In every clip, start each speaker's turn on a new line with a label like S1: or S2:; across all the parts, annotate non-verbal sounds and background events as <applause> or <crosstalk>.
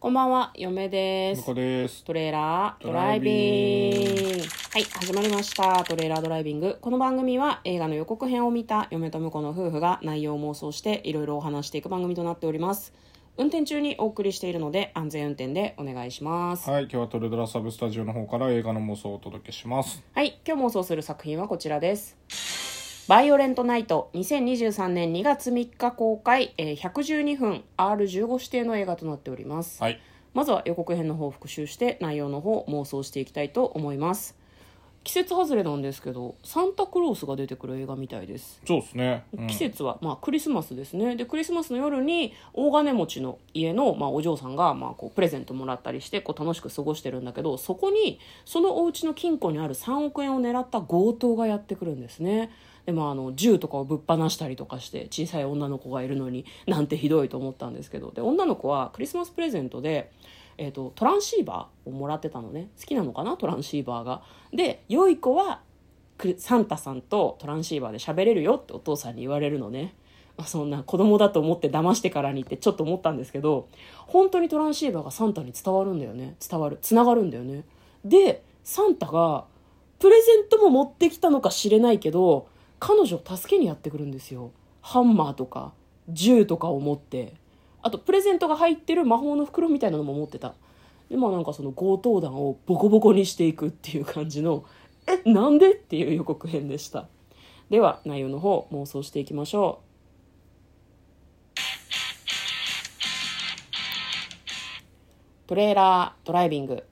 S1: こんばんは、嫁で
S2: 向
S1: す
S2: こ。うです。
S1: トレーラード
S2: ド
S1: ラ
S2: ラ
S1: イ
S2: イ
S1: ビ
S2: ビ
S1: ン
S2: ン
S1: グ。はい、始まりました。トレーラードライビング。この番組は映画の予告編を見た嫁と婿の夫婦が内容を妄想していろいろお話していく番組となっております。運転中にお送りしているので安全運転でお願いします。はい、
S2: はい、今日はトレドラサブスタジオの方から映画の妄想をお届けします。
S1: 今日妄想する作品はこちらです。バイオレントナイト2023年2月3日公開、えー112分 R15 指定の映画となっております。
S2: はい、
S1: まずは予告編の方を復習して内容の方を妄想していきたいと思います季節外れなんですけどサンタクロースが出てくる映画みたいです
S2: そうですね。うん
S1: 季節は、まあ、クリスマスですねでクリスマスの夜に大金持ちの家の、まあ、お嬢さんが、まあ、こうプレゼントもらったりしてこう楽しく過ごしてるんだけどそこにそのお家の金庫にある3億円を狙った強盗がやってくるんですねで、まあ、あの銃とかをぶっ放したりとかして小さい女の子がいるのになんてひどいと思ったんですけどで女の子はクリスマスプレゼントでえー、とトランシーバーをもらってたのね好きなのかなトランシーバーがで良い子はクリサンタさんとトランシーバーで喋れるよってお父さんに言われるのねまあそんな子供だと思って騙してからにってちょっと思ったんですけど本当にトランシーバーがサンタに伝わるんだよね伝わるつながるんだよねでサンタがプレゼントも持ってきたのか知れないけど彼女を助けにやってくるんですよハンマーとか銃とかを持ってあとプレゼントが入ってる魔法の袋みたいなのも持ってたでまあなんかその強盗団をボコボコにしていくっていう感じのえなんでっていう予告編でしたでは内容の方妄想していきましょうトレーラードライビング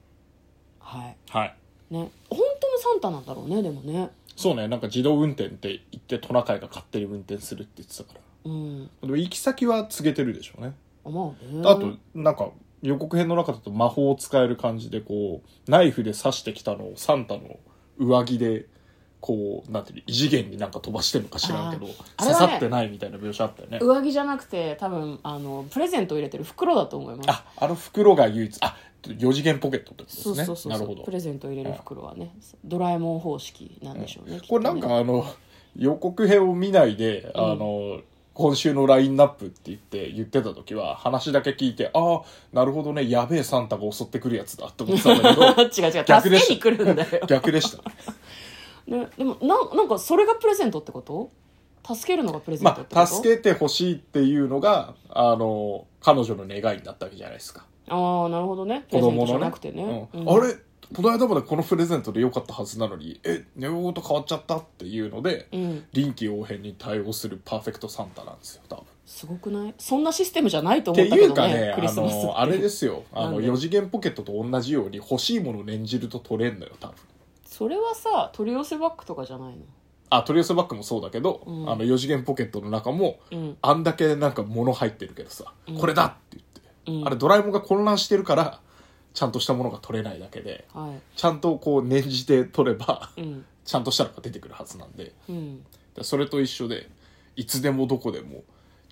S1: はい
S2: はい。
S1: ね本当のサンタなんだろうねでもね
S2: そうね、なんか自動運転って言ってトナカイが勝手に運転するって言ってたから。
S1: うん
S2: でも行き先は告げてるでしょうね。
S1: あまあね
S2: あと、なんか予告編の中だと魔法を使える感じで、こう、ナイフで刺してきたのをサンタの上着で、こう、なんていうの異次元になんか飛ばしてるのか知らんけど、
S1: あーあれ
S2: 刺
S1: はね
S2: さってないみたいな描写あったよね。
S1: 上着じゃなくて多分あのプレゼントを入れてる袋だと思います
S2: あ、あの袋が唯一、あ、4次元ポケットってことです
S1: そう
S2: ね。
S1: そうそう
S2: な
S1: そ
S2: るほ
S1: う
S2: ど
S1: プ。レゼントを入れる袋はねドラえもん方式なんでしょうね,きっとね、
S2: これなんかあの予告編を見ないで、あの今週のラインナップって言って言ってた時は話だけ聞いてああなるほどねやべえサンタが襲ってくるやつだって思ってたんだけど
S1: <laughs> 違う違う
S2: 逆で
S1: 助
S2: し
S1: けに来るんだよ、
S2: 逆
S1: <laughs>
S2: でした
S1: ね、でもなんなんかそれがプレゼントってこと助けるのがプレゼントって
S2: ま
S1: こと、
S2: あ助けてほしいっていうのがあの彼女の願いになったわけじゃないですか
S1: ああなるほどねプレゼ
S2: 子
S1: ン
S2: 供
S1: トじ
S2: の
S1: ゃ
S2: ね
S1: なくてね
S2: うんあれこの間までこのプレゼントで良かったはずなのにえ寝言変わっちゃったっていうので、
S1: うん
S2: 臨機応変に対応するパーフェクトサンタなんですよ多分
S1: すごくないそんなシステムじゃないと
S2: っ
S1: 思
S2: て
S1: った
S2: い
S1: け
S2: う
S1: ど
S2: か
S1: ね
S2: ね、
S1: クリ
S2: あ
S1: スマスって
S2: の、あれですよ。あ
S1: なん
S2: の、
S1: で
S2: 4次元ポケットと同じように欲しいものを念じると取れんのよ、多分。
S1: それはさ取り寄せバッグとかじゃないの
S2: あ、取り寄せバッグもそうだけど、
S1: うん
S2: あの、4次元ポケットの中も、
S1: うん
S2: あんだけなんか物入ってるけどさ、
S1: うん
S2: これだって言って、
S1: うん
S2: あれドラえもんが混乱してるから、ちゃんとしたものが取れないだけで、
S1: は
S2: ちゃんとこう念じて取れば、 <laughs>
S1: いうん
S2: ちゃんとしたのが出てくるはずなんで、
S1: うん
S2: でそれと一緒で、いつでもどこでも、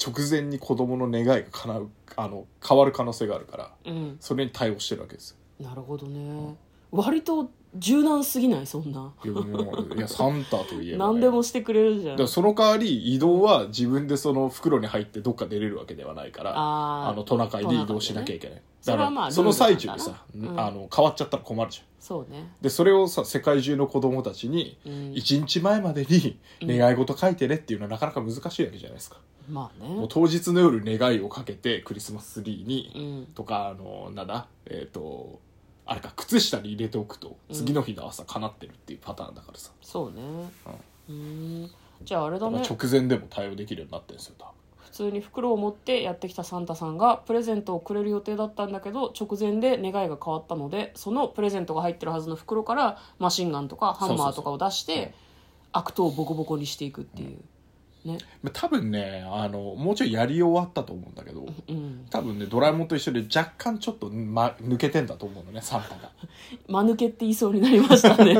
S2: 直前に子供の願いが叶う、あの、変わる可能性があるから、
S1: うん
S2: それに対応してるわけですよ。
S1: なるほどね割と柔軟すぎないそんない
S2: やもういやサンタといえば、ね、
S1: 何でもしてくれるじゃ
S2: だ
S1: ん
S2: からその代わり移動は自分でその袋に入ってどっか出れるわけではないから
S1: あー
S2: のトナカイで移動しなきゃいけない、
S1: トナカイねそ
S2: だか
S1: れはまあ
S2: らその最中にさ、
S1: ルールなんだな
S2: あの変わっちゃったら困るじゃん
S1: そうね
S2: でそれをさ世界中の子供たちに
S1: うん
S2: 1日前までに願い事書いてねっていうのはなかなか難しいわけじゃないですか、
S1: まあ
S2: もう
S1: ね
S2: 当日の夜願いをかけてクリスマスツリーに、
S1: うん
S2: とかあのなんだえっ、とあれか靴下に入れておくと次の日の朝叶ってるっていうパターンだからさ、
S1: そうねうんじゃああれだ
S2: まあ
S1: ね
S2: 直前でも対応できるようになってるんですよ多分
S1: 普通に袋を持ってやってきたサンタさんがプレゼントをくれる予定だったんだけど直前で願いが変わったのでそのプレゼントが入ってるはずの袋からマシンガンとかハンマーとかを出し
S2: そうそう
S1: て悪党をボコボコにしていくっていうね
S2: まあ多分ねあのもうちょいやり終わったと思うんだけど
S1: うん
S2: 多分ねドラえもんと一緒で若干ちょっと、ま、抜けてんだと思うのねサンタが
S1: 間抜けって言いそうになりました
S2: <laughs>
S1: ね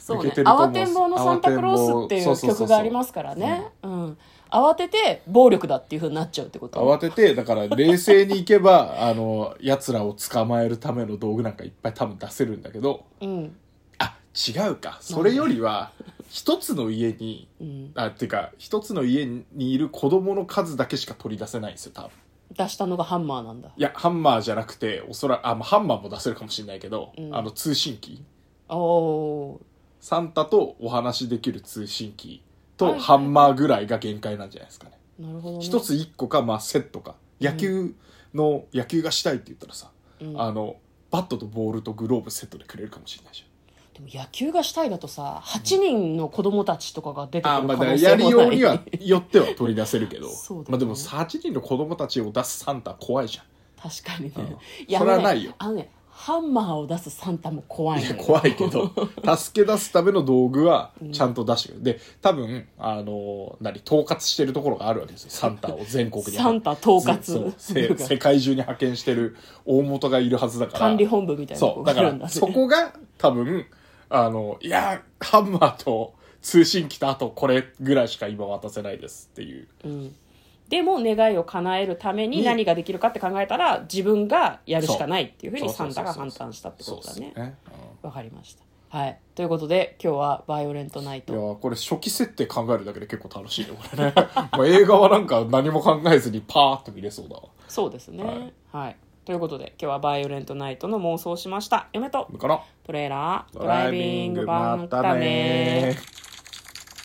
S1: そうね
S2: 抜け
S1: 「
S2: てると思う
S1: 慌てんぼうのサンタクロース」ってい
S2: そううそうそ
S1: 曲
S2: うそう
S1: がありますからねうん慌てて暴力だっていうふうになっちゃうってこと
S2: 慌ててだから冷静にいけば <laughs> あの奴らを捕まえるための道具なんかいっぱい多分出せるんだけど
S1: うん
S2: あ違うかそれよりは一つの家に
S1: うん
S2: あっていうか一つの家にいる子供の数だけしか取り出せないんですよ多分
S1: 出したのがハンマーなんだ
S2: いやハンマーじゃなくておそらあ、まあ、ハンマーも出せるかもしれないけど、
S1: うん
S2: あの通信機
S1: おー
S2: サンタとお話しできる通信機
S1: はい
S2: と
S1: はい
S2: ハンマーぐらいが限界なんじゃないですかね
S1: なるほどね
S2: 一、つ一個か、まあ、セットか野球の、野球がしたいって言ったらさ、
S1: うん
S2: あのバットとボールとグローブセットでくれるかもしれないじゃん
S1: でも野球がしたいだとさ8人の子供たちとかが出てくる
S2: あ
S1: 可
S2: ーまあ
S1: 能
S2: だから
S1: 性
S2: やり
S1: も
S2: よう
S1: ない
S2: にはよっては取り出せるけ
S1: <laughs>
S2: ど、
S1: そうだね
S2: まあ、でも8人の子供たちを出すサンタ怖いじ
S1: 確かにね、
S2: うん
S1: いや
S2: それは
S1: あのね
S2: ないよ
S1: あのねハンマーを出すサンタも怖
S2: ゃん
S1: い
S2: い
S1: の
S2: や
S1: よ
S2: 怖い
S1: <laughs>
S2: けど助け出すための道具はちゃんと出してくれる、で多分あの何統括してるところがあるわけですよサンタを全国に
S1: サンタ統括
S2: そうせ世界中に派遣してる大元がいるはずだから
S1: 管理本部みたいなと
S2: そ
S1: こ
S2: う。
S1: が
S2: だ
S1: あ
S2: か
S1: るんだ <laughs>
S2: ら、
S1: ね
S2: そこが多分、あの、いや、ハンマーと通信機とあとこれぐらいしか今渡せないですっていう。
S1: うん、でも願いを叶えるために
S2: に
S1: 何ができるかって考えたら自分がやるしかないっていうふう
S2: そう
S1: に
S2: そ
S1: サ
S2: うそう
S1: ン
S2: そ
S1: タ
S2: う
S1: が判断したってことだ
S2: そうっ
S1: ね
S2: す。ね
S1: わかりました。はい、ということで今日は「バイオレントナイ
S2: うんい
S1: ト
S2: やこれ初期設定考えるだけで結構楽しいね、これね。 <laughs> もう映画はなんか何も考えずにパーッと見れそうだわ。」
S1: そうですね。は
S2: はいい、
S1: ということで今日は「バイオレントナイト」の妄想をしました。嫁と
S2: だから、
S1: トレーラード
S2: ドライビング、またね